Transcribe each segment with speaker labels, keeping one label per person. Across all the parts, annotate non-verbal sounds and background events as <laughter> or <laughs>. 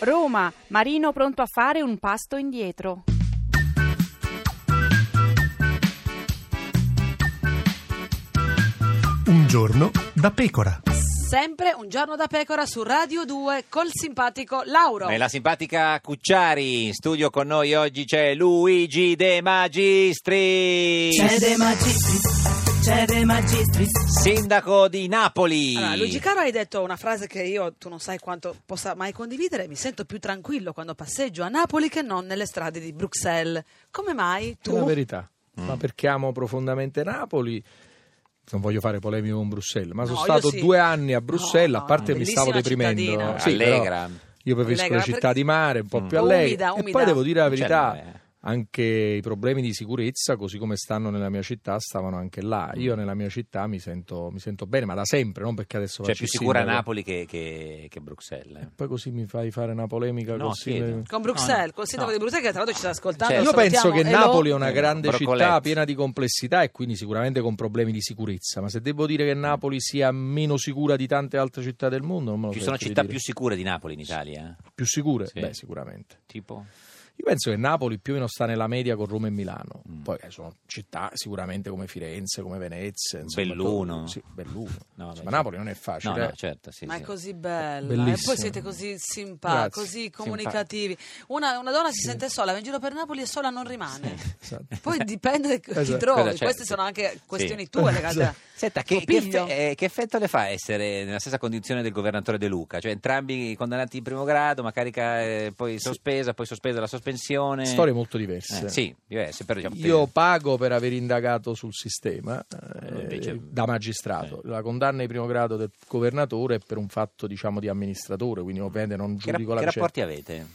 Speaker 1: Roma, Marino pronto a fare un pasto indietro.
Speaker 2: Un giorno da pecora.
Speaker 3: Sempre un giorno da pecora su Radio 2 col simpatico Lauro.
Speaker 4: E la simpatica Cucciari, in studio con noi oggi c'è Luigi De Magistris,
Speaker 5: C'è De Magistris, c'è De Magistris.
Speaker 4: sindaco di Napoli. Cioè,
Speaker 3: Allora, Luigi Caro hai detto una frase che io, tu non sai quanto possa mai condividere, mi sento più tranquillo quando passeggio a Napoli che non nelle strade di Bruxelles. Come mai
Speaker 6: È la
Speaker 3: tu?
Speaker 6: verità,
Speaker 4: Mm.
Speaker 6: ma perché amo profondamente Napoli. Non voglio fare polemiche con Bruxelles, ma
Speaker 3: No,
Speaker 6: sono
Speaker 3: io
Speaker 6: stato
Speaker 3: sì.
Speaker 6: due anni a Bruxelles,
Speaker 3: No,
Speaker 6: a parte
Speaker 3: no,
Speaker 6: mi stavo
Speaker 3: bellissima cittadina.
Speaker 6: deprimendo. Sì, però
Speaker 4: Allegra.
Speaker 6: io preferisco
Speaker 3: Allegra,
Speaker 6: le città
Speaker 3: per-
Speaker 6: di mare, un po'
Speaker 4: Mm.
Speaker 6: più allegra.
Speaker 3: Umida,
Speaker 6: E
Speaker 3: umida.
Speaker 6: poi devo dire la
Speaker 4: Non eh. c'è
Speaker 6: verità,
Speaker 4: mare.
Speaker 6: anche i problemi di sicurezza, così come stanno nella mia città, stavano anche là.
Speaker 4: Mm.
Speaker 6: Io nella mia città mi sento, mi sento bene, ma da sempre, non perché adesso
Speaker 4: C'è più
Speaker 6: faccio il
Speaker 4: sicura
Speaker 6: sindaco.
Speaker 4: Napoli che, che- che Bruxelles. eh.
Speaker 6: Poi così mi fai fare una polemica
Speaker 4: No,
Speaker 6: così.
Speaker 4: chiedo.
Speaker 3: Con Bruxelles,
Speaker 4: No, no.
Speaker 3: col sindaco
Speaker 4: No.
Speaker 3: di Bruxelles che tra l'altro ci sta ascoltando.
Speaker 4: Certo.
Speaker 3: lo
Speaker 6: Cioè, Io penso
Speaker 3: salutiamo,
Speaker 6: che
Speaker 3: e lo-
Speaker 6: Napoli è una
Speaker 4: Eh,
Speaker 6: grande
Speaker 4: broccoletti.
Speaker 6: città piena di complessità e quindi sicuramente con problemi di sicurezza, ma se devo dire che Napoli sia meno sicura di tante altre città del mondo, non me lo
Speaker 4: Ci
Speaker 6: sento
Speaker 4: sono
Speaker 6: di
Speaker 4: città
Speaker 6: dire.
Speaker 4: più sicure di Napoli in Italia?
Speaker 6: Più sicure?
Speaker 4: Sì.
Speaker 6: Beh, sicuramente.
Speaker 4: Tipo?
Speaker 6: Io penso che Napoli più o meno sta nella media con Roma e Milano.
Speaker 4: Mm.
Speaker 6: Poi eh, sono città sicuramente come Firenze, come Venezia, insomma,
Speaker 4: Belluno.
Speaker 6: dove- sì, Belluno.
Speaker 4: No,
Speaker 6: Insomma,
Speaker 4: beh, certo.
Speaker 6: Napoli non è facile. eh.
Speaker 4: No, no, certo, sì,
Speaker 3: Ma è
Speaker 4: sì.
Speaker 3: così bella. E
Speaker 6: Bellissima.
Speaker 3: poi siete così simpatici,
Speaker 6: Grazie.
Speaker 3: così comunicativi. Una, una donna si sente sola, va in giro per Napoli e sola non rimane.
Speaker 6: Esatto.
Speaker 3: Poi
Speaker 6: <laughs>
Speaker 3: dipende da chi
Speaker 6: Esatto.
Speaker 3: trovi.
Speaker 4: Cosa c'è?
Speaker 3: Queste sono anche questioni tue legate a-
Speaker 4: Senta,
Speaker 3: tuo
Speaker 4: che, che
Speaker 3: figlio.
Speaker 4: effe- eh, che effetto le fa essere nella stessa condizione del governatore De Luca? Cioè entrambi condannati in primo grado, ma carica eh, poi sospesa, poi sospesa la sospensione.
Speaker 6: Storie molto diverse.
Speaker 4: Eh, sì, diverse, però diciamo,
Speaker 6: Io pago per aver indagato sul sistema eh,
Speaker 4: Invece- Eh.
Speaker 6: da magistrato. La condanna di primo grado del governatore è per un fatto diciamo di amministratore, quindi ovviamente non
Speaker 4: Mm. che, ra-
Speaker 6: giudico
Speaker 4: che
Speaker 6: la vicenda.
Speaker 4: rapporti avete?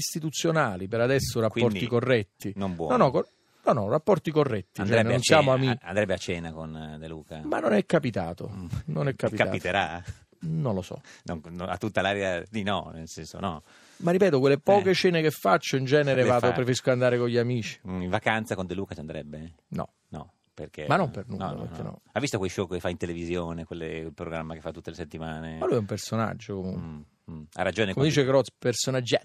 Speaker 6: Istituzionali, per adesso rapporti
Speaker 4: Quindi,
Speaker 6: corretti.
Speaker 4: non buoni.
Speaker 6: No, no, cor- no, no, rapporti corretti. Cioè,
Speaker 4: Andrebbe,
Speaker 6: non
Speaker 4: a
Speaker 6: siamo
Speaker 4: cena,
Speaker 6: amici.
Speaker 4: a- andrebbe a cena con eh, De Luca?
Speaker 6: Ma non è capitato.
Speaker 4: Mm.
Speaker 6: <laughs> Non è capitato.
Speaker 4: Capiterà?
Speaker 6: Non lo so.
Speaker 4: Non- non- a tutta l'area di no, nel senso no.
Speaker 6: Ma ripeto, quelle poche
Speaker 4: Eh.
Speaker 6: cene che faccio in genere
Speaker 4: Le
Speaker 6: vado,
Speaker 4: fa.
Speaker 6: preferisco andare con gli amici.
Speaker 4: Mm, In vacanza con De Luca ci andrebbe?
Speaker 6: No.
Speaker 4: No, perché?
Speaker 6: Ma non per nulla,
Speaker 4: No, no,
Speaker 6: perché
Speaker 4: no.
Speaker 6: no.
Speaker 4: Ha visto quei show che fa in televisione, quelle- quel programma che fa tutte le settimane?
Speaker 6: Ma lui è un personaggio comunque.
Speaker 4: Eh. Mm, mm. Ha ragione. <laughs>
Speaker 6: Come dice Croz, personaggetti.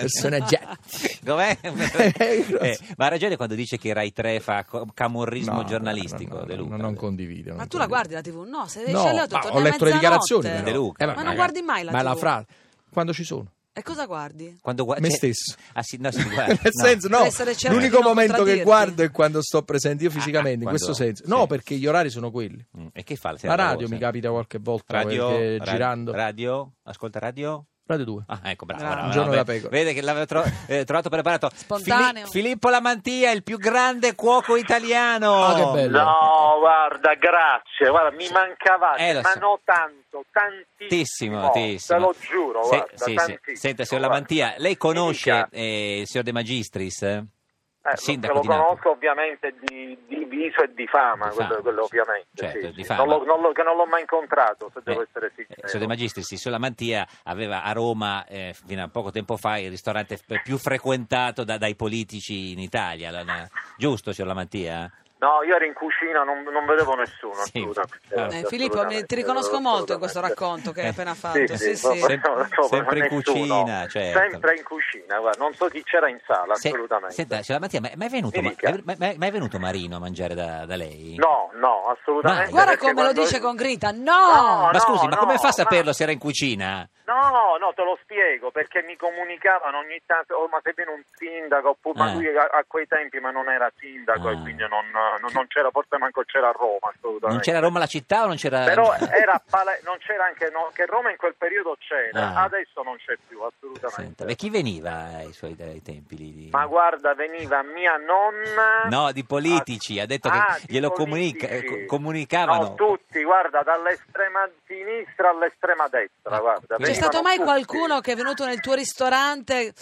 Speaker 6: personaggetti. <laughs>
Speaker 4: Com'è? <laughs> Eh,
Speaker 6: Croz.
Speaker 4: ma ha ragione quando dice che Rai 3 fa co- camorrismo
Speaker 6: No,
Speaker 4: giornalistico.
Speaker 6: no, no, no,
Speaker 4: De Luca.
Speaker 6: non condivido.
Speaker 3: Ma
Speaker 6: non
Speaker 3: tu la
Speaker 6: condivido.
Speaker 3: guardi Cioè, la TV? No, se esci
Speaker 6: No,
Speaker 3: alle otto,
Speaker 6: ma
Speaker 3: torni
Speaker 6: ho
Speaker 3: a
Speaker 6: letto le dichiarazioni
Speaker 3: mezzanotte.
Speaker 6: però.
Speaker 4: De Luca.
Speaker 6: Eh,
Speaker 4: Ma
Speaker 3: non
Speaker 6: ragazzi,
Speaker 3: guardi mai la
Speaker 6: Ma la
Speaker 3: TV?
Speaker 6: frase, quando ci sono?
Speaker 3: E cosa guardi?
Speaker 4: Quando gua-
Speaker 6: Me
Speaker 4: c'è-
Speaker 6: stesso.
Speaker 4: Ah, sì, no, sì, guarda,
Speaker 6: <laughs> Nel
Speaker 4: no.
Speaker 6: senso, no,
Speaker 3: Per essere certi
Speaker 6: l'unico
Speaker 3: di non
Speaker 6: momento che
Speaker 3: contraddirti.
Speaker 6: guardo è quando sto presente io fisicamente,
Speaker 4: Ah,
Speaker 6: in questo
Speaker 4: quando-
Speaker 6: senso. No,
Speaker 4: sì.
Speaker 6: perché gli orari sono quelli.
Speaker 4: Mm, E che fa?
Speaker 6: La radio mi capita qualche volta
Speaker 4: Radio,
Speaker 6: perché
Speaker 4: ra-
Speaker 6: girando.
Speaker 4: radio, ascolta radio.
Speaker 6: Radio 2.
Speaker 4: Ah, ecco, bravo.
Speaker 3: Bravo.
Speaker 4: bravo,
Speaker 6: Un giorno
Speaker 4: bravo.
Speaker 6: da pecora.
Speaker 4: Vede che l'avevo tro- eh, trovato preparato.
Speaker 3: Spontaneo.
Speaker 4: Fili- Filippo Lamantia, il più grande cuoco italiano.
Speaker 6: Ah, che bello.
Speaker 7: No, guarda, grazie, guarda, mi mancavate,
Speaker 4: Eh, lo
Speaker 7: ma
Speaker 4: so.
Speaker 7: no tanto, tantissimo,
Speaker 4: Tantissimo, tantissimo.
Speaker 7: te lo giuro,
Speaker 4: Se-
Speaker 7: guarda,
Speaker 4: sì, sì.
Speaker 7: tantissimo,
Speaker 4: Senta, signor
Speaker 7: guarda.
Speaker 4: Lamantia, lei
Speaker 7: Mi
Speaker 4: conosce
Speaker 7: dica,
Speaker 4: eh, il signor De Magistris? Eh,
Speaker 7: eh, lo-
Speaker 4: sindaco
Speaker 7: lo
Speaker 4: di Napoli.
Speaker 7: conosco ovviamente di, di viso e di fama,
Speaker 4: Di
Speaker 7: quello,
Speaker 4: fama,
Speaker 7: quello
Speaker 4: sì.
Speaker 7: ovviamente,
Speaker 4: Certo,
Speaker 7: sì,
Speaker 4: di
Speaker 7: sì.
Speaker 4: fama.
Speaker 7: Non lo- non lo- che non l'ho mai incontrato, se devo
Speaker 4: Eh,
Speaker 7: essere
Speaker 4: eh,
Speaker 7: sincero.
Speaker 4: signor De Magistris, il signor Lamantia aveva a Roma, eh, fino a poco tempo fa, il ristorante f- più frequentato da- dai politici in Italia. La- la- Giusto, signor Lamantia?
Speaker 7: No, io ero in cucina, non, non vedevo nessuno,
Speaker 4: Sì. Eh,
Speaker 7: assolutamente.
Speaker 3: Eh,
Speaker 7: assolutamente,
Speaker 3: Filippo, mi- ti riconosco molto in questo
Speaker 7: assolutamente.
Speaker 3: racconto che hai
Speaker 4: Eh,
Speaker 3: appena
Speaker 7: Sì,
Speaker 3: fatto. Sì,
Speaker 7: sì, proprio-
Speaker 3: sì.
Speaker 4: Sempre-
Speaker 7: proprio
Speaker 4: sempre in
Speaker 7: nessuno.
Speaker 4: cucina, certo.
Speaker 7: Sempre in cucina, guarda, non so chi c'era in sala,
Speaker 4: Se-
Speaker 7: assolutamente.
Speaker 4: Senta, signor Lamantia, ma, ma è venuto,
Speaker 7: Mi
Speaker 4: ma,
Speaker 7: dica.
Speaker 4: ma- ma- ma è venuto Marino a mangiare da, da lei?
Speaker 7: No, no, assolutamente.
Speaker 4: Ma-
Speaker 3: Guarda
Speaker 7: perché
Speaker 3: come lo
Speaker 7: quando-
Speaker 3: dice con grida. No!
Speaker 7: No,
Speaker 4: Ma scusi, ma
Speaker 7: no,
Speaker 4: come fa a
Speaker 7: ma-
Speaker 4: saperlo se era in cucina?
Speaker 7: No, no, te lo spiego, perché mi comunicavano ogni tanto, oh, ma sei viene un sindaco, oppure, ma
Speaker 4: Eh.
Speaker 7: lui a, a quei tempi ma non era sindaco
Speaker 4: Ah.
Speaker 7: e quindi non, non- non c'era, forse manco c'era a Roma, assolutamente.
Speaker 4: Non c'era Roma la città o non c'era...
Speaker 7: Però era a Pale- non c'era anche, no, che Roma in quel periodo c'era,
Speaker 4: Ah.
Speaker 7: adesso non c'è più, assolutamente.
Speaker 4: Senta, e chi veniva ai suoi ai tempi lì? di-
Speaker 7: Ma guarda, veniva mia nonna. Ah,
Speaker 4: No, di politici, ha detto che
Speaker 7: di
Speaker 4: glielo
Speaker 7: politici.
Speaker 4: comunica- eh, co- comunicavano.
Speaker 7: No, tutti, guarda, dall'estrema sinistra all'estrema destra,
Speaker 4: Ecco,
Speaker 7: guarda.
Speaker 4: quindi-
Speaker 3: C'è
Speaker 7: venivano
Speaker 3: stato mai
Speaker 7: tutti.
Speaker 3: qualcuno che è venuto nel tuo ristorante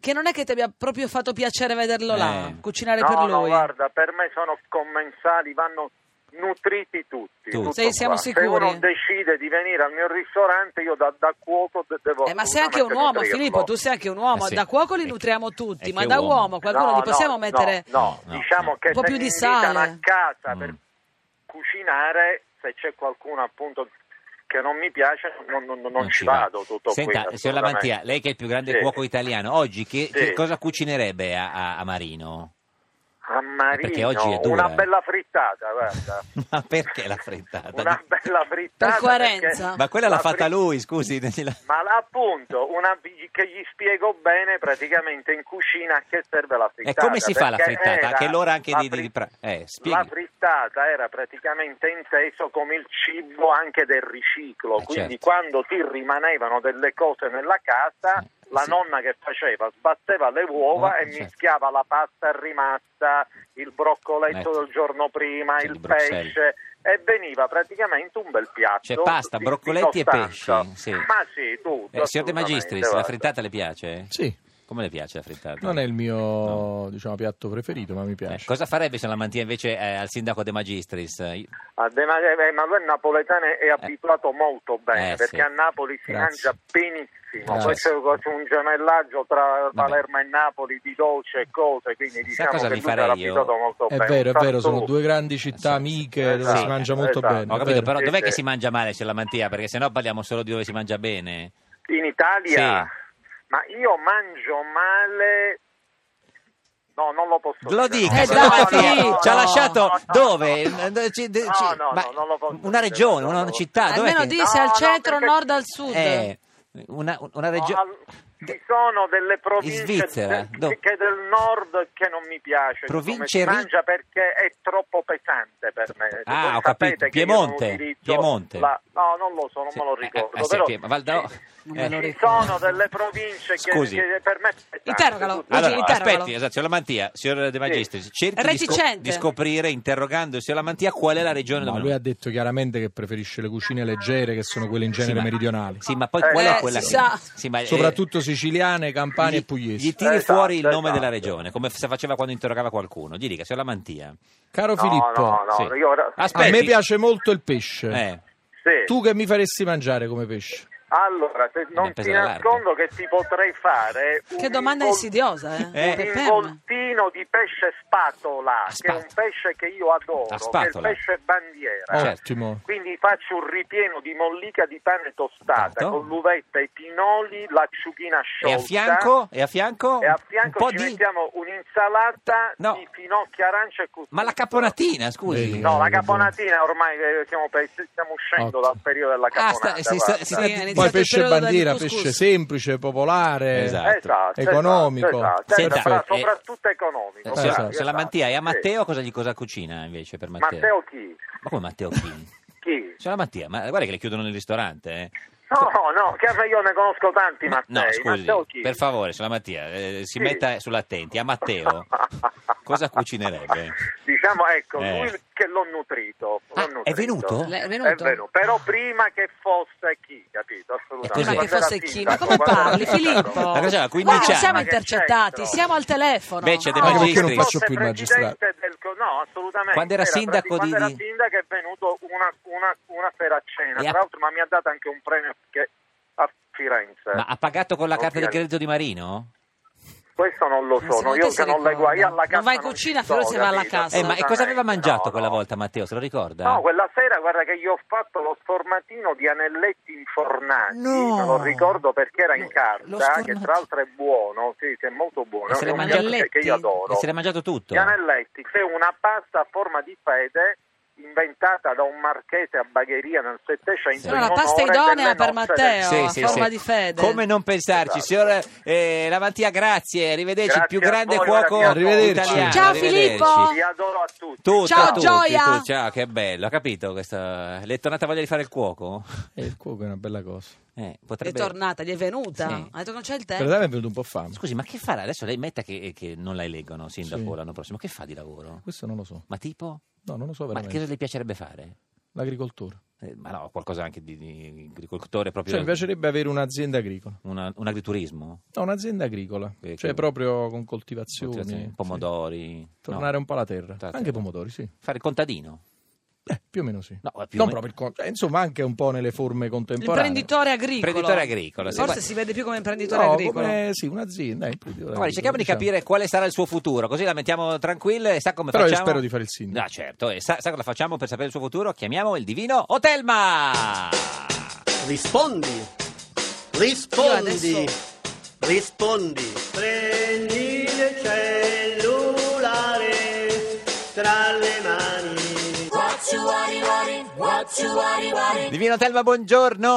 Speaker 3: che non è che ti abbia proprio fatto piacere vederlo là,
Speaker 4: Eh.
Speaker 3: cucinare
Speaker 7: No,
Speaker 3: per
Speaker 7: no,
Speaker 3: lui?
Speaker 7: guarda, per me sono scommensali, vanno nutriti tutti.
Speaker 4: Tutti.
Speaker 7: tutto
Speaker 3: Sì, siamo
Speaker 7: qua.
Speaker 3: sicuri?
Speaker 7: Se uno decide di venire al mio ristorante, io da, da cuoco de- devo
Speaker 3: Eh, ma sei anche un
Speaker 7: assolutamente
Speaker 3: uomo,
Speaker 7: nutrirlo.
Speaker 3: Filippo, tu sei anche un uomo,
Speaker 4: Eh sì.
Speaker 3: da cuoco li
Speaker 4: Eh,
Speaker 3: nutriamo
Speaker 4: eh,
Speaker 3: tutti,
Speaker 4: che
Speaker 3: ma da
Speaker 4: uomo.
Speaker 3: uomo qualcuno
Speaker 7: No,
Speaker 3: li possiamo
Speaker 7: no,
Speaker 3: mettere...
Speaker 7: No,
Speaker 4: No,
Speaker 7: no, diciamo
Speaker 4: no.
Speaker 7: che
Speaker 3: Un po'
Speaker 7: se
Speaker 3: più
Speaker 7: mi
Speaker 3: di
Speaker 7: invitano
Speaker 3: sale.
Speaker 7: a casa
Speaker 4: Mm.
Speaker 7: per cucinare, se c'è qualcuno appunto che non mi piace non, non- non ci
Speaker 4: va.
Speaker 7: vado tutto
Speaker 4: Senta,
Speaker 7: qui.
Speaker 4: signor Lamantia,
Speaker 7: assolutamente.
Speaker 4: lei che è il più grande
Speaker 7: Sì.
Speaker 4: cuoco italiano, oggi che,
Speaker 7: Sì.
Speaker 4: che cosa cucinerebbe a, a- a Marino?
Speaker 7: A Marino,
Speaker 4: Perché oggi è dura,
Speaker 7: una
Speaker 4: eh.
Speaker 7: bella frittata, guarda.
Speaker 4: <laughs> Ma perché la frittata?
Speaker 7: Una bella frittata.
Speaker 3: Per coerenza.
Speaker 7: perché
Speaker 4: Ma quella l'ha
Speaker 7: la
Speaker 4: fatta
Speaker 7: fri-
Speaker 4: lui, scusi. gliela-
Speaker 7: Ma la- appunto, una, che gli spiego bene praticamente in cucina a che serve la
Speaker 4: E
Speaker 7: frittata.
Speaker 4: come si fa la
Speaker 7: perché
Speaker 4: frittata?
Speaker 7: era
Speaker 4: A che l'ora anche
Speaker 7: la
Speaker 4: di... di- di
Speaker 7: fri-
Speaker 4: pra- eh, spieghi.
Speaker 7: La frittata era praticamente inteso come il cibo anche del riciclo,
Speaker 4: Eh,
Speaker 7: quindi
Speaker 4: certo.
Speaker 7: quando ti rimanevano delle cose nella casa,
Speaker 4: Sì,
Speaker 7: la
Speaker 4: sì.
Speaker 7: nonna che faceva sbatteva le uova
Speaker 4: Uova,
Speaker 7: e
Speaker 4: certo.
Speaker 7: mischiava la pasta rimasta, il broccoletto
Speaker 4: Ecco.
Speaker 7: del giorno prima,
Speaker 4: Cioè,
Speaker 7: il
Speaker 4: di Bruxelles.
Speaker 7: pesce e veniva praticamente un bel piatto.
Speaker 4: Cioè pasta,
Speaker 7: di-
Speaker 4: broccoletti
Speaker 7: di
Speaker 4: e
Speaker 7: sostanza.
Speaker 4: pesci. Sì.
Speaker 7: Ma sì, tutto.
Speaker 4: Eh, signor De
Speaker 7: assolutamente,
Speaker 4: Magistris,
Speaker 7: guarda.
Speaker 4: la frittata le piace?
Speaker 6: Sì,
Speaker 4: Come le piace la frittata?
Speaker 6: non è il mio
Speaker 4: eh. No.
Speaker 6: diciamo, piatto preferito, ma mi
Speaker 4: Eh,
Speaker 6: piace.
Speaker 4: cosa farebbe se la mantia invece eh, al sindaco De Magistris? Eh,
Speaker 7: Ah, De Ma- eh, ma lui è napoletano e è abituato molto bene
Speaker 4: Eh,
Speaker 7: perché
Speaker 4: sì.
Speaker 7: a Napoli si
Speaker 6: Grazie.
Speaker 7: mangia benissimo.
Speaker 4: Grazie.
Speaker 7: Poi c'è c'è un gemellaggio tra
Speaker 4: Vabbè.
Speaker 7: Palermo e Napoli di dolce e cose, quindi diciamo
Speaker 4: cosa
Speaker 7: che
Speaker 4: gli
Speaker 7: lui era
Speaker 4: farei io?
Speaker 7: abituato molto
Speaker 6: È
Speaker 7: bene.
Speaker 6: vero, è
Speaker 7: Sa
Speaker 6: vero,
Speaker 7: tu.
Speaker 6: sono due grandi città
Speaker 4: Eh, Sì.
Speaker 6: amiche dove
Speaker 7: Esatto,
Speaker 6: si mangia molto
Speaker 7: esatto.
Speaker 6: bene.
Speaker 4: Ho
Speaker 6: è
Speaker 4: capito,
Speaker 6: vero.
Speaker 4: però
Speaker 7: Sì,
Speaker 4: dov'è
Speaker 7: sì.
Speaker 4: che si mangia male se la mantia? Perché sennò parliamo solo di dove si mangia bene.
Speaker 7: In Italia, ma io mangio male. No, non lo posso
Speaker 4: Lo
Speaker 7: dire.
Speaker 4: dica,
Speaker 3: Eh,
Speaker 4: signor
Speaker 3: dai,
Speaker 4: Mattia,
Speaker 3: sì.
Speaker 4: ci ha
Speaker 7: no,
Speaker 4: lasciato
Speaker 7: no,
Speaker 4: dove?
Speaker 7: no, no.
Speaker 4: Eh, ci-
Speaker 7: No,
Speaker 4: ci-
Speaker 7: no,
Speaker 4: ma-
Speaker 7: no, non lo posso
Speaker 4: una
Speaker 7: dire,
Speaker 4: regione,
Speaker 7: no,
Speaker 4: una
Speaker 7: no.
Speaker 4: città, Ah, dov'è
Speaker 3: Almeno
Speaker 4: che-
Speaker 3: di
Speaker 7: No,
Speaker 3: se al
Speaker 7: no,
Speaker 3: centro,
Speaker 7: perché-
Speaker 3: nord, al sud.
Speaker 4: Eh, una, una
Speaker 7: No,
Speaker 4: regione...
Speaker 7: al- ci sono delle province
Speaker 4: Svizzera,
Speaker 7: de-
Speaker 4: dove?
Speaker 7: che del nord che non mi piace come
Speaker 4: Province
Speaker 7: si
Speaker 4: ri-
Speaker 7: mangia perché è troppo pesante per me.
Speaker 4: Ah,
Speaker 7: Voi
Speaker 4: ho
Speaker 7: sapete
Speaker 4: capito.
Speaker 7: che io non
Speaker 4: Piemonte,
Speaker 7: utilizzo
Speaker 4: Piemonte.
Speaker 7: la- No, non lo so, non
Speaker 4: Sì,
Speaker 7: me lo
Speaker 4: eh,
Speaker 7: ricordo.
Speaker 4: eh, sì, eh,
Speaker 7: però eh,
Speaker 4: Pie- Val d'Ao-
Speaker 7: ci-
Speaker 3: Non me lo
Speaker 7: ci
Speaker 3: ricordo.
Speaker 7: sono delle province che,
Speaker 4: Scusi.
Speaker 7: che per me è pesante.
Speaker 3: Interrogalo,
Speaker 7: Tutto
Speaker 3: Luigi,
Speaker 4: Allora,
Speaker 7: qua.
Speaker 3: interrogalo.
Speaker 4: aspetti, esatto, signor Lamantia, signor De Magistris, cerchi di, scop-
Speaker 3: Reticente.
Speaker 4: di scoprire, interrogando il signor Lamantia, qual è la regione
Speaker 6: Ma
Speaker 4: dove...
Speaker 6: lui
Speaker 4: non-
Speaker 6: ha detto chiaramente che preferisce le cucine leggere, che sono quelle in genere
Speaker 4: ma-
Speaker 6: meridionali,
Speaker 4: Sì, ma poi
Speaker 7: Eh,
Speaker 4: qual è
Speaker 7: eh,
Speaker 4: quella...
Speaker 3: si sa.
Speaker 4: Sì, ma, eh,
Speaker 6: soprattutto siciliane,
Speaker 4: gli,
Speaker 6: campane e pugliesi.
Speaker 4: Gli tiri
Speaker 7: Esatto,
Speaker 4: fuori il nome
Speaker 7: esatto.
Speaker 4: della regione, come f- se faceva quando interrogava qualcuno. Gli dica, signor Lamantia.
Speaker 6: Caro
Speaker 7: No,
Speaker 6: Filippo,
Speaker 7: no, no,
Speaker 4: Sì.
Speaker 7: io ora-
Speaker 4: Aspetti.
Speaker 6: a me piace molto il pesce.
Speaker 4: Eh,
Speaker 7: sì.
Speaker 6: Tu che mi faresti mangiare come pesce?
Speaker 7: Allora, se non
Speaker 4: pesa
Speaker 7: ti
Speaker 4: la larga.
Speaker 7: nascondo che ti potrei fare
Speaker 3: Che
Speaker 7: un
Speaker 3: domanda
Speaker 7: invol-
Speaker 3: insidiosa, eh.
Speaker 4: Eh.
Speaker 7: un
Speaker 3: Pepe.
Speaker 7: involtino di pesce spatola,
Speaker 4: Ah,
Speaker 7: che è un
Speaker 4: spatola.
Speaker 7: pesce che io adoro,
Speaker 4: Ah,
Speaker 7: che è il
Speaker 4: spatola.
Speaker 7: pesce bandiera.
Speaker 4: Certo.
Speaker 6: Ottimo.
Speaker 7: Quindi faccio un ripieno di mollica di pane tostata
Speaker 4: Tanto.
Speaker 7: con l'uvetta, i pinoli, l'acciughina
Speaker 4: e
Speaker 7: sciolta.
Speaker 4: a fianco? E a fianco?
Speaker 7: E a
Speaker 4: un
Speaker 7: fianco
Speaker 4: po'
Speaker 7: ci
Speaker 4: di...
Speaker 7: mettiamo un'insalata
Speaker 4: No.
Speaker 7: di finocchia arancia e cuscuzzo.
Speaker 4: Ma la caponatina, scusi.
Speaker 6: Bellissimo.
Speaker 7: No, la caponatina ormai eh, stiamo, pe- stiamo uscendo
Speaker 6: Ottimo.
Speaker 7: dal periodo della
Speaker 4: Ah,
Speaker 7: caponata.
Speaker 4: sta- si sta-
Speaker 7: guarda.
Speaker 4: si
Speaker 3: Sì, è iniziato
Speaker 6: Poi
Speaker 3: il
Speaker 6: pesce
Speaker 3: periodo del
Speaker 6: bandiera,
Speaker 3: couscous.
Speaker 6: pesce semplice, popolare.
Speaker 4: Esatto.
Speaker 7: Esatto,
Speaker 6: Economico.
Speaker 7: esatto, esatto,
Speaker 6: Senta,
Speaker 7: sopra- soprattutto
Speaker 4: Eh,
Speaker 7: economico.
Speaker 4: signor-
Speaker 6: sì,
Speaker 7: bravo,
Speaker 6: sì,
Speaker 4: Se la
Speaker 7: esatto.
Speaker 4: mantia e a
Speaker 7: Sì.
Speaker 4: Matteo cosa, gli cosa cucina invece per Matteo?
Speaker 7: Matteo chi?
Speaker 4: Ma come Matteo
Speaker 7: <laughs>
Speaker 4: chi?
Speaker 7: Chi?
Speaker 4: Signora Mattia, ma guarda che le chiudono il ristorante, eh.
Speaker 7: No, no, che io ne conosco tanti
Speaker 4: Ma-
Speaker 7: Mattei.
Speaker 4: no, scusi,
Speaker 7: Matteo chi?
Speaker 4: per favore, signora Mattia, eh, si
Speaker 7: Sì.
Speaker 4: metta sull'attenti. A
Speaker 7: <laughs>
Speaker 4: Matteo cosa cucinerebbe?
Speaker 7: Diciamo, ecco,
Speaker 4: Eh.
Speaker 7: lui che l'ho nutrito. l'ho
Speaker 4: Ah, è
Speaker 7: nutrito.
Speaker 4: venuto?
Speaker 3: Le- è venuto?
Speaker 7: È vero, però prima che fosse chi, capito? Assolutamente.
Speaker 4: Prima che
Speaker 7: Quando era
Speaker 3: fosse chi? Ma
Speaker 7: sindaco,
Speaker 3: come
Speaker 7: quando era
Speaker 3: parli,
Speaker 7: sindaco.
Speaker 3: Filippo?
Speaker 4: Ma cosa, 15
Speaker 3: Guarda, non
Speaker 4: anni?
Speaker 3: siamo
Speaker 7: Ma che
Speaker 3: intercettati,
Speaker 7: c'entro?
Speaker 3: siamo al telefono.
Speaker 4: Invece De
Speaker 6: Ah, perché
Speaker 4: Magistris...
Speaker 6: non faccio
Speaker 7: fosse
Speaker 6: più il
Speaker 7: presidente
Speaker 6: magistrato.
Speaker 7: del co- no, assolutamente.
Speaker 4: Quando era sindaco
Speaker 7: quando
Speaker 4: di-
Speaker 7: era sindaco è venuto una, una, una sera a cena,
Speaker 4: E
Speaker 7: tra
Speaker 4: ha-
Speaker 7: l'altro, ma mi ha dato anche un premio che- a Firenze.
Speaker 4: Ma ha pagato con la carta di
Speaker 7: Ovviamente.
Speaker 4: credito di Marino? Eh,
Speaker 7: Questo non lo
Speaker 3: Ma
Speaker 7: so,
Speaker 3: secondo
Speaker 7: no,
Speaker 3: te
Speaker 7: io
Speaker 3: si
Speaker 7: che non le
Speaker 3: ricorda?
Speaker 7: guai alla
Speaker 3: Non
Speaker 7: casa.
Speaker 3: va in cucina,
Speaker 7: ci sto,
Speaker 3: allora se va alla
Speaker 7: capito?
Speaker 3: casa.
Speaker 4: Eh, ma e cosa aveva
Speaker 7: Assolutamente,
Speaker 4: mangiato
Speaker 7: no,
Speaker 4: quella
Speaker 7: no.
Speaker 4: volta Matteo, se lo ricorda?
Speaker 7: No, quella sera guarda che io ho fatto lo sformatino di anelletti infornati,
Speaker 4: No.
Speaker 7: me lo ricordo perché era in
Speaker 4: Lo-
Speaker 7: carta,
Speaker 4: lo sformatino.
Speaker 7: che tra l'altro è buono, sì, che è molto buono,
Speaker 4: E se
Speaker 7: è
Speaker 4: l'è
Speaker 7: un
Speaker 4: mangiato-
Speaker 7: piatto che- che io adoro.
Speaker 4: E se l'è mangiato tutto?
Speaker 7: Gli anelletti, che è una pasta a forma di fede inventata da un marchese a Bagheria nel Settecento.
Speaker 4: Sono
Speaker 7: in
Speaker 4: la
Speaker 3: pasta
Speaker 7: onore
Speaker 3: idonea
Speaker 7: delle
Speaker 3: per
Speaker 7: nozze
Speaker 3: Matteo.
Speaker 7: del-
Speaker 3: a Eh, oh, forma di fede.
Speaker 4: Come non pensarci,
Speaker 7: Esatto.
Speaker 4: signor eh, Lavantia, grazie, arrivederci, il più
Speaker 7: Grazie a
Speaker 4: grande
Speaker 7: voi,
Speaker 4: cuoco
Speaker 6: arrivederci.
Speaker 4: italiano.
Speaker 3: Ciao,
Speaker 4: arrivederci.
Speaker 3: Filippo.
Speaker 7: Vi adoro a tutti.
Speaker 4: Tutto,
Speaker 3: Ciao,
Speaker 4: a tutti,
Speaker 3: Gioia.
Speaker 4: tu- ciao, che bello, ha capito questa... Le è tornata voglia di fare il cuoco?
Speaker 6: Eh, il cuoco è una bella cosa.
Speaker 4: Eh,
Speaker 3: È
Speaker 4: potrebbe...
Speaker 3: tornata, gli è venuta.
Speaker 4: Sì.
Speaker 3: Ha detto che non c'è il
Speaker 6: Per
Speaker 3: tempo.
Speaker 6: me è venuto un po' fame.
Speaker 4: Scusi, ma che farà? Adesso lei metta che, eh, che non la eleggono sindaco
Speaker 6: Sì.
Speaker 4: l'anno prossimo, che fa di lavoro?
Speaker 6: Questo non lo so.
Speaker 4: Ma tipo?
Speaker 6: No, non lo so
Speaker 4: Ma che cosa
Speaker 6: veramente.
Speaker 4: le piacerebbe fare?
Speaker 6: L'agricoltura.
Speaker 4: Eh, ma no, qualcosa anche di, di agricoltore proprio...
Speaker 6: Cioè, mi piacerebbe avere un'azienda agricola.
Speaker 4: una- un agriturismo?
Speaker 6: No, un'azienda agricola.
Speaker 4: Eh,
Speaker 6: Cioè,
Speaker 4: che-
Speaker 6: proprio con coltivazioni.
Speaker 4: Coltivazione,
Speaker 6: sì.
Speaker 4: pomodori.
Speaker 6: Tornare
Speaker 4: no.
Speaker 6: un po' alla terra.
Speaker 4: Tra-
Speaker 6: Anche pomodori, sì.
Speaker 4: Fare il contadino.
Speaker 6: Eh, più o meno sì.
Speaker 4: No, più o
Speaker 6: non
Speaker 4: meno-
Speaker 6: proprio il con- cioè, insomma, anche un po' nelle forme contemporanee.
Speaker 3: Imprenditore agricolo.
Speaker 4: Imprenditore agricolo, sì.
Speaker 3: Forse
Speaker 4: Guarda-
Speaker 3: si vede più come imprenditore
Speaker 6: No,
Speaker 3: agricolo.
Speaker 6: come sì, un'azienda. eh, imprenditore
Speaker 4: Guardi, cerchiamo di
Speaker 6: agricolo, diciamo.
Speaker 4: capire quale sarà il suo futuro, così la mettiamo tranquilla e sa come
Speaker 6: Però
Speaker 4: facciamo. Ah,
Speaker 6: io spero di fare il sindaco.
Speaker 4: No, certo, e sa, sa cosa facciamo per sapere il suo futuro? Chiamiamo il divino Otelma!
Speaker 8: Rispondi.
Speaker 3: Io
Speaker 8: Rispondi.
Speaker 3: adesso-
Speaker 8: Rispondi. Prendi il cellulare tra le mani.
Speaker 4: Divino Telma, buongiorno!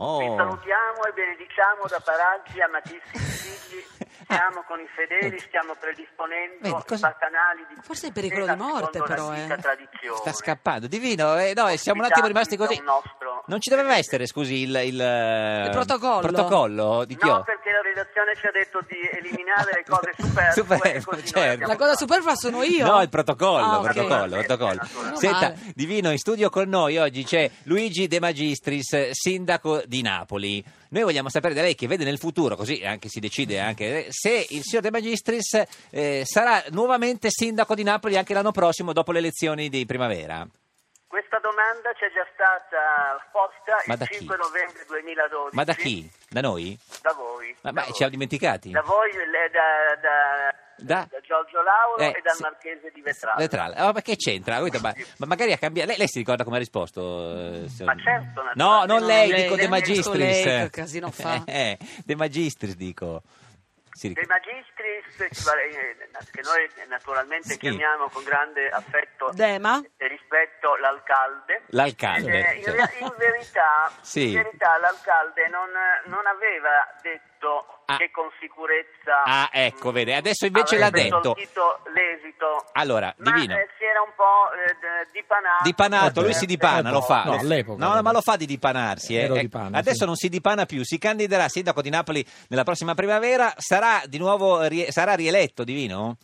Speaker 4: Oh.
Speaker 7: Vi salutiamo e benediciamo da Paranzi,
Speaker 3: <laughs>
Speaker 7: amatissimi figli.
Speaker 3: Ah.
Speaker 7: Siamo con i fedeli, stiamo predisponendo
Speaker 4: Vedi,
Speaker 7: i
Speaker 4: cosa-
Speaker 7: bacanali di
Speaker 3: Forse è in pericolo di
Speaker 7: tutela
Speaker 3: morte,
Speaker 7: secondo
Speaker 3: però,
Speaker 7: la
Speaker 3: eh.
Speaker 7: antica tradizione.
Speaker 4: Sta scappando, divino, eh, no, siamo un attimo rimasti così.
Speaker 7: Un nostro-
Speaker 4: Non ci doveva essere, scusi, il, il, eh,
Speaker 3: Il protocollo?
Speaker 4: protocollo di
Speaker 7: No,
Speaker 4: Chio.
Speaker 7: perché la redazione ci ha detto di eliminare le cose superflue.
Speaker 4: <laughs> Superflue,
Speaker 7: e così noi
Speaker 4: certo.
Speaker 7: abbiamo
Speaker 3: La cosa
Speaker 7: fatto.
Speaker 3: superflua sono io.
Speaker 4: No, il protocollo,
Speaker 3: Ah, ok.
Speaker 4: protocollo, protocollo.
Speaker 7: Meno
Speaker 4: Senta,
Speaker 3: male.
Speaker 4: Divino, in studio con noi oggi c'è Luigi De Magistris, sindaco di Napoli. Noi vogliamo sapere da lei che vede nel futuro, così anche si decide anche eh, se il signor De Magistris eh, sarà nuovamente sindaco di Napoli anche l'anno prossimo dopo le elezioni di primavera.
Speaker 7: Questa domanda c'è già stata posta
Speaker 4: Ma da
Speaker 7: il
Speaker 4: chi?
Speaker 7: 5 novembre 2012.
Speaker 4: Ma da chi? Da noi?
Speaker 7: Da voi.
Speaker 4: Ma,
Speaker 7: Da
Speaker 4: ma
Speaker 7: voi.
Speaker 4: ci siamo dimenticati?
Speaker 7: Da voi, le- da, da-
Speaker 4: Da-
Speaker 7: da Giorgio Lauro
Speaker 4: Eh,
Speaker 7: e dal
Speaker 4: sì.
Speaker 7: Marchese di Vetrano.
Speaker 4: Vetrale. Ah, ma che c'entra? Guarda, Ma, ma magari ha cambiato. Lei, lei si ricorda come ha risposto? eh, signor-
Speaker 7: Ma certo, naturalmente.
Speaker 4: No, non
Speaker 7: No,
Speaker 4: lei,
Speaker 7: lei-
Speaker 4: dico De
Speaker 7: lei ha detto
Speaker 4: Magistris.
Speaker 3: lei, che casino fa.
Speaker 4: <laughs> Eh, De Magistris, dico. Si
Speaker 7: De
Speaker 4: ricorda.
Speaker 7: Magistris, eh, che noi naturalmente
Speaker 4: Sì.
Speaker 7: chiamiamo con grande affetto
Speaker 3: Dema?
Speaker 7: e rispetto l'alcalde.
Speaker 4: L'alcalde. certo.
Speaker 7: Eh, in, rea- in
Speaker 4: <laughs>
Speaker 7: verità,
Speaker 4: Sì.
Speaker 7: in verità l'alcalde non, non aveva detto
Speaker 4: Ah.
Speaker 7: che con sicurezza mm,
Speaker 4: Ah, ecco, vede, adesso invece
Speaker 7: avrebbe
Speaker 4: l'ha detto.
Speaker 7: sortito l'esito
Speaker 4: Allora,
Speaker 7: ma
Speaker 4: Divino.
Speaker 7: eh, si era un po' eh, d- dipanato
Speaker 4: Dipanato,
Speaker 6: Vabbè,
Speaker 4: lui si dipana,
Speaker 6: eh,
Speaker 4: lo fa.
Speaker 6: no,
Speaker 4: Lo-
Speaker 6: all'epoca.
Speaker 4: No, ma lo fa di dipanarsi. eh.
Speaker 6: Ero
Speaker 4: Ecco,
Speaker 6: dipana,
Speaker 4: Adesso
Speaker 6: sì.
Speaker 4: non si dipana più, si candiderà a sindaco di Napoli nella prossima primavera, sarà di nuovo rie- sarà rieletto Divino?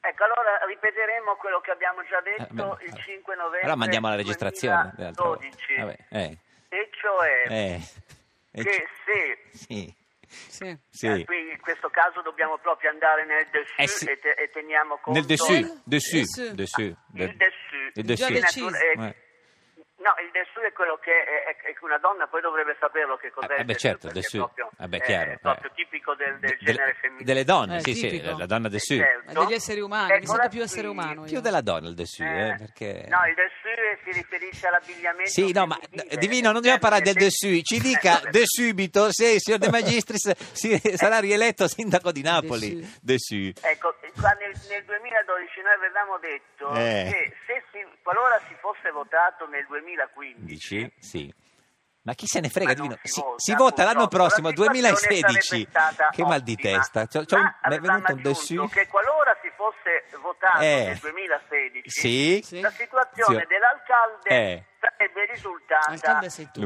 Speaker 7: Ecco, allora ripeteremo quello che abbiamo già
Speaker 4: Eh,
Speaker 7: detto
Speaker 4: beh,
Speaker 7: il 5 novembre.
Speaker 4: Allora mandiamo la registrazione. l'altro-
Speaker 7: 2012,
Speaker 4: Vabbè, eh,
Speaker 7: E cioè
Speaker 4: eh. E
Speaker 7: che
Speaker 4: c-
Speaker 7: se,
Speaker 4: Sì,
Speaker 3: Sì.
Speaker 4: sì.
Speaker 7: eh, qui in questo caso dobbiamo proprio andare nel dessus
Speaker 4: Eh sì.
Speaker 7: e, te- e teniamo conto
Speaker 4: Nel dessus,
Speaker 3: Dessus.
Speaker 4: dessus, dessus,
Speaker 7: Il
Speaker 4: del-
Speaker 7: dessus.
Speaker 4: il
Speaker 3: Già
Speaker 4: dessus.
Speaker 7: Che
Speaker 3: deciso.
Speaker 7: natura- eh,
Speaker 4: Eh.
Speaker 7: No, il dessus è quello che è, è- è che una donna poi dovrebbe saperlo che cos'è.
Speaker 4: Eh,
Speaker 7: il
Speaker 4: beh, certo,
Speaker 7: perché
Speaker 4: dessus.
Speaker 7: È proprio,
Speaker 4: Eh, beh,
Speaker 7: è
Speaker 4: chiaro,
Speaker 7: proprio
Speaker 4: eh.
Speaker 7: tipico del, del
Speaker 4: De-
Speaker 7: genere
Speaker 4: delle-
Speaker 7: femminile.
Speaker 4: Delle donne,
Speaker 3: Eh,
Speaker 4: sì, sì,
Speaker 3: tipico.
Speaker 4: la donna
Speaker 7: Eh,
Speaker 4: dessus.
Speaker 7: certo.
Speaker 3: Ma degli esseri umani, mi
Speaker 7: Eccola
Speaker 3: sento più essere
Speaker 7: qui.
Speaker 3: umano.
Speaker 4: Più
Speaker 3: io.
Speaker 4: della donna il dessus, eh,
Speaker 7: Eh,
Speaker 4: perché...
Speaker 7: No, il dessus si riferisce all'abbigliamento.
Speaker 4: Sì, no, ma eh,
Speaker 7: femminile.
Speaker 4: Divino, non dobbiamo parlare del
Speaker 7: Eh,
Speaker 4: dessus, ci
Speaker 7: <laughs> eh,
Speaker 4: dica
Speaker 7: vabbè.
Speaker 4: de subito se il signor De Magistris si- sarà rieletto sindaco di Napoli.
Speaker 3: Dessus.
Speaker 4: Dessus.
Speaker 7: Ecco, qua nel, nel 2012 noi avevamo detto
Speaker 4: Eh.
Speaker 7: che se si, qualora si fosse votato nel 2015,
Speaker 4: Dici? Sì. Eh. Ma chi se ne frega,
Speaker 7: Ma non
Speaker 4: Divino?
Speaker 7: si
Speaker 4: Si,
Speaker 7: vota,
Speaker 4: si vota l'anno
Speaker 7: purtroppo. La
Speaker 4: prossimo,
Speaker 7: situazione
Speaker 4: 2016.
Speaker 7: sarebbe stata
Speaker 4: Che mal di
Speaker 7: ottima.
Speaker 4: testa. C'ho- c'ho un-
Speaker 7: Ma
Speaker 4: mi è
Speaker 7: avevamo
Speaker 4: venuto un
Speaker 7: aggiunto
Speaker 4: dessus.
Speaker 7: Che qualora si fosse votato
Speaker 4: Eh.
Speaker 7: nel 2016,
Speaker 4: Sì.
Speaker 3: Sì.
Speaker 7: la situazione
Speaker 4: Sì.
Speaker 7: dell'alcalde
Speaker 4: Eh.
Speaker 7: sarebbe risultata
Speaker 3: Alcalde sei tu.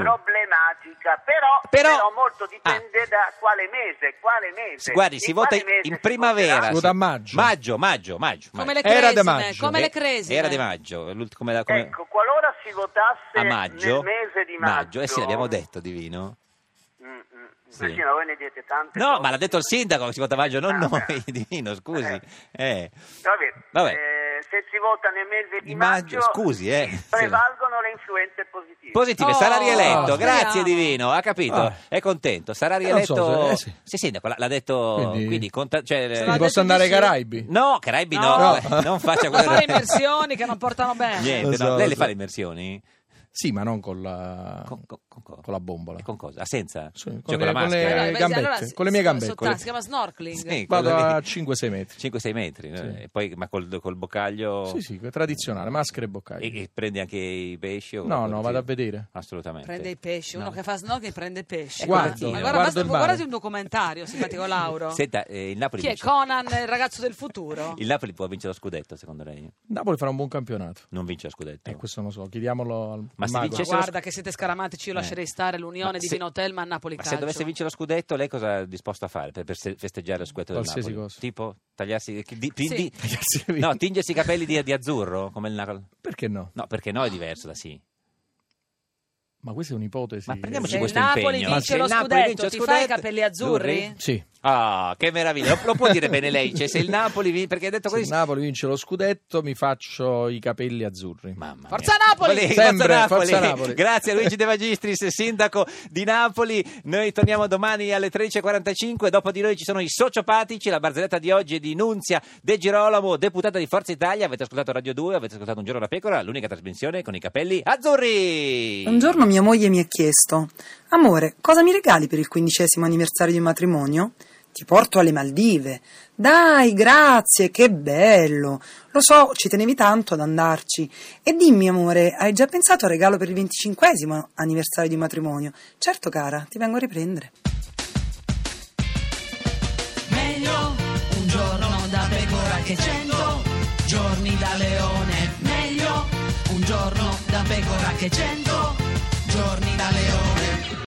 Speaker 7: problematica, però,
Speaker 4: Però- Ah.
Speaker 7: però molto dipende da quale mese, quale mese.
Speaker 4: Guardi, si
Speaker 7: In
Speaker 4: vota
Speaker 7: quale mese
Speaker 4: in
Speaker 7: si
Speaker 4: primavera.
Speaker 7: voterà?
Speaker 6: Si
Speaker 4: sì.
Speaker 6: vota a maggio.
Speaker 4: Maggio, maggio, maggio.
Speaker 3: Come
Speaker 4: maggio.
Speaker 3: le
Speaker 6: Era
Speaker 3: cresime,
Speaker 6: De Maggio.
Speaker 3: come le
Speaker 4: Eh,
Speaker 3: cresime.
Speaker 4: Era di maggio. l'ult- come la- come-
Speaker 7: Ecco, qualora si votasse
Speaker 4: a maggio.
Speaker 7: nel mese di maggio,
Speaker 4: Eh sì, l'abbiamo detto, Divino.
Speaker 7: Mm, mm,
Speaker 4: Sì.
Speaker 7: Perché voi ne dite tante
Speaker 4: No,
Speaker 7: cose.
Speaker 4: ma l'ha detto il sindaco che si vota a maggio, non
Speaker 7: Ah,
Speaker 4: noi, <laughs>
Speaker 7: beh.
Speaker 4: Divino, scusi. Eh.
Speaker 7: Vabbè,
Speaker 4: Vabbè.
Speaker 7: eh, se si vota nel mese di
Speaker 4: Di maggio,
Speaker 7: maggio,
Speaker 4: scusi, eh.
Speaker 7: prevalgono le influenze positive.
Speaker 4: Positive, sarà
Speaker 3: Oh,
Speaker 4: rieletto,
Speaker 6: speriamo.
Speaker 4: grazie Divino, ha capito,
Speaker 6: Ah.
Speaker 4: è contento, sarà
Speaker 6: Eh, non so
Speaker 4: rieletto.
Speaker 6: se- eh, sì.
Speaker 4: Sì, sindaco, l'ha l'ha detto, oh, quindi,
Speaker 6: Quindi-
Speaker 4: conta- cioè, eh,
Speaker 6: Quindi posso andare ai Caraibi?
Speaker 4: No, Caraibi no,
Speaker 3: No.
Speaker 4: eh,
Speaker 6: <laughs>
Speaker 4: non faccia
Speaker 3: Non
Speaker 4: quello.
Speaker 3: <laughs> fare immersioni che non portano bene.
Speaker 4: Niente,
Speaker 6: Lo so,
Speaker 4: no.
Speaker 6: lo
Speaker 4: lei le
Speaker 6: so.
Speaker 4: fa le immersioni?
Speaker 6: Sì, ma non con la,
Speaker 4: Con, con- con cosa?
Speaker 6: Ah. con la bombola.
Speaker 4: E con cosa? Ah, senza?
Speaker 6: Sì, con
Speaker 4: cioè
Speaker 6: le-
Speaker 4: con la
Speaker 6: con le-
Speaker 4: maschera?
Speaker 3: Allora,
Speaker 6: Eh,
Speaker 3: beh,
Speaker 6: gambette, con le mie
Speaker 3: so-
Speaker 6: gambette.
Speaker 3: sott'acqua,
Speaker 6: Con le-
Speaker 3: si chiama snorkeling.
Speaker 4: Sì, con
Speaker 6: Vado
Speaker 4: le-
Speaker 6: a 5-6 metri.
Speaker 4: 5-6 metri, no?
Speaker 6: Sì.
Speaker 4: E poi, ma col, col boccaglio
Speaker 6: Sì, sì, tradizionale, maschere e
Speaker 4: Oh.
Speaker 6: boccaglie.
Speaker 4: E, e prendi anche i pesci? o-
Speaker 6: No,
Speaker 4: o-
Speaker 6: no, vado a vedere.
Speaker 4: Assolutamente.
Speaker 3: Prende i pesci, uno
Speaker 4: No.
Speaker 3: che fa snorkeling prende pesci.
Speaker 6: Guardo,
Speaker 3: ma guarda,
Speaker 6: guardo
Speaker 3: basta,
Speaker 6: il mare.
Speaker 3: guardati un documentario simpatico Lauro.
Speaker 4: Senta, eh, il Napoli
Speaker 3: Chi è
Speaker 4: vince-
Speaker 3: Conan, il ragazzo del futuro?
Speaker 4: Il Napoli può vincere lo scudetto, secondo lei?
Speaker 6: Napoli farà un buon campionato.
Speaker 4: Non vince lo scudetto.
Speaker 6: Eh, questo non so, chiediamolo
Speaker 4: Ma se
Speaker 6: al al mago.
Speaker 3: Ma
Speaker 4: vincesse- se lo
Speaker 3: guarda
Speaker 4: sc-
Speaker 3: che siete scaramantici, io
Speaker 4: Eh.
Speaker 3: lascerei stare l'unione
Speaker 4: Ma
Speaker 3: di
Speaker 4: se-
Speaker 3: Vinotelma a Napoli
Speaker 4: Ma se
Speaker 3: Calcio.
Speaker 4: dovesse vincere lo scudetto, lei cosa è disposto a fare per, per se- festeggiare lo scudetto del
Speaker 6: Qualsiasi
Speaker 4: Napoli?
Speaker 6: cosa.
Speaker 4: Tipo tagliarsi di- di-
Speaker 3: Sì.
Speaker 4: di-
Speaker 6: Tagliarsi i
Speaker 4: No,
Speaker 6: vini.
Speaker 4: tingersi i capelli di, di azzurro come il Napoli.
Speaker 6: Perché no?
Speaker 4: No, perché no è diverso da sì.
Speaker 6: Ma questa è un'ipotesi.
Speaker 4: Ma prendiamoci
Speaker 3: Se
Speaker 4: questo
Speaker 3: il Napoli vince
Speaker 4: impegno. Ma se
Speaker 3: lo
Speaker 4: il Napoli
Speaker 3: scudetto,
Speaker 4: vince lo
Speaker 3: ti fai i
Speaker 4: scudetto-
Speaker 3: capelli azzurri?
Speaker 4: Azzurri?
Speaker 6: Sì.
Speaker 4: Ah, che meraviglia. Lo, lo può dire bene lei, cioè se il Napoli vince perché ha detto
Speaker 6: Se
Speaker 4: così.
Speaker 6: il Napoli vince lo scudetto, mi faccio i capelli azzurri.
Speaker 4: Mamma mia.
Speaker 3: Forza Napoli!
Speaker 4: Vale-
Speaker 6: Sempre,
Speaker 4: forza
Speaker 6: forza
Speaker 4: Napoli. <laughs>
Speaker 6: Napoli.
Speaker 4: Grazie a Luigi De Magistris, sindaco di Napoli. Noi torniamo domani alle 13.45. Dopo di noi ci sono i sociopatici. La barzelletta di oggi è di Nunzia De Girolamo, deputata di Forza Italia. Avete ascoltato Radio 2, avete ascoltato Un giorno da pecora, l'unica trasmissione con i capelli azzurri.
Speaker 9: Un giorno mi mia moglie mi ha chiesto: Amore, cosa mi regali per il quindicesimo anniversario di matrimonio? Ti porto alle Maldive. Dai, grazie, che bello. Lo so, ci tenevi tanto ad andarci. E dimmi, amore, hai già pensato al regalo per il venticinquesimo anniversario di matrimonio? Certo, cara, ti vengo a riprendere.
Speaker 5: Meglio un giorno da pecora che cento giorni da leone. Meglio un giorno da pecora che cento giorni da leone.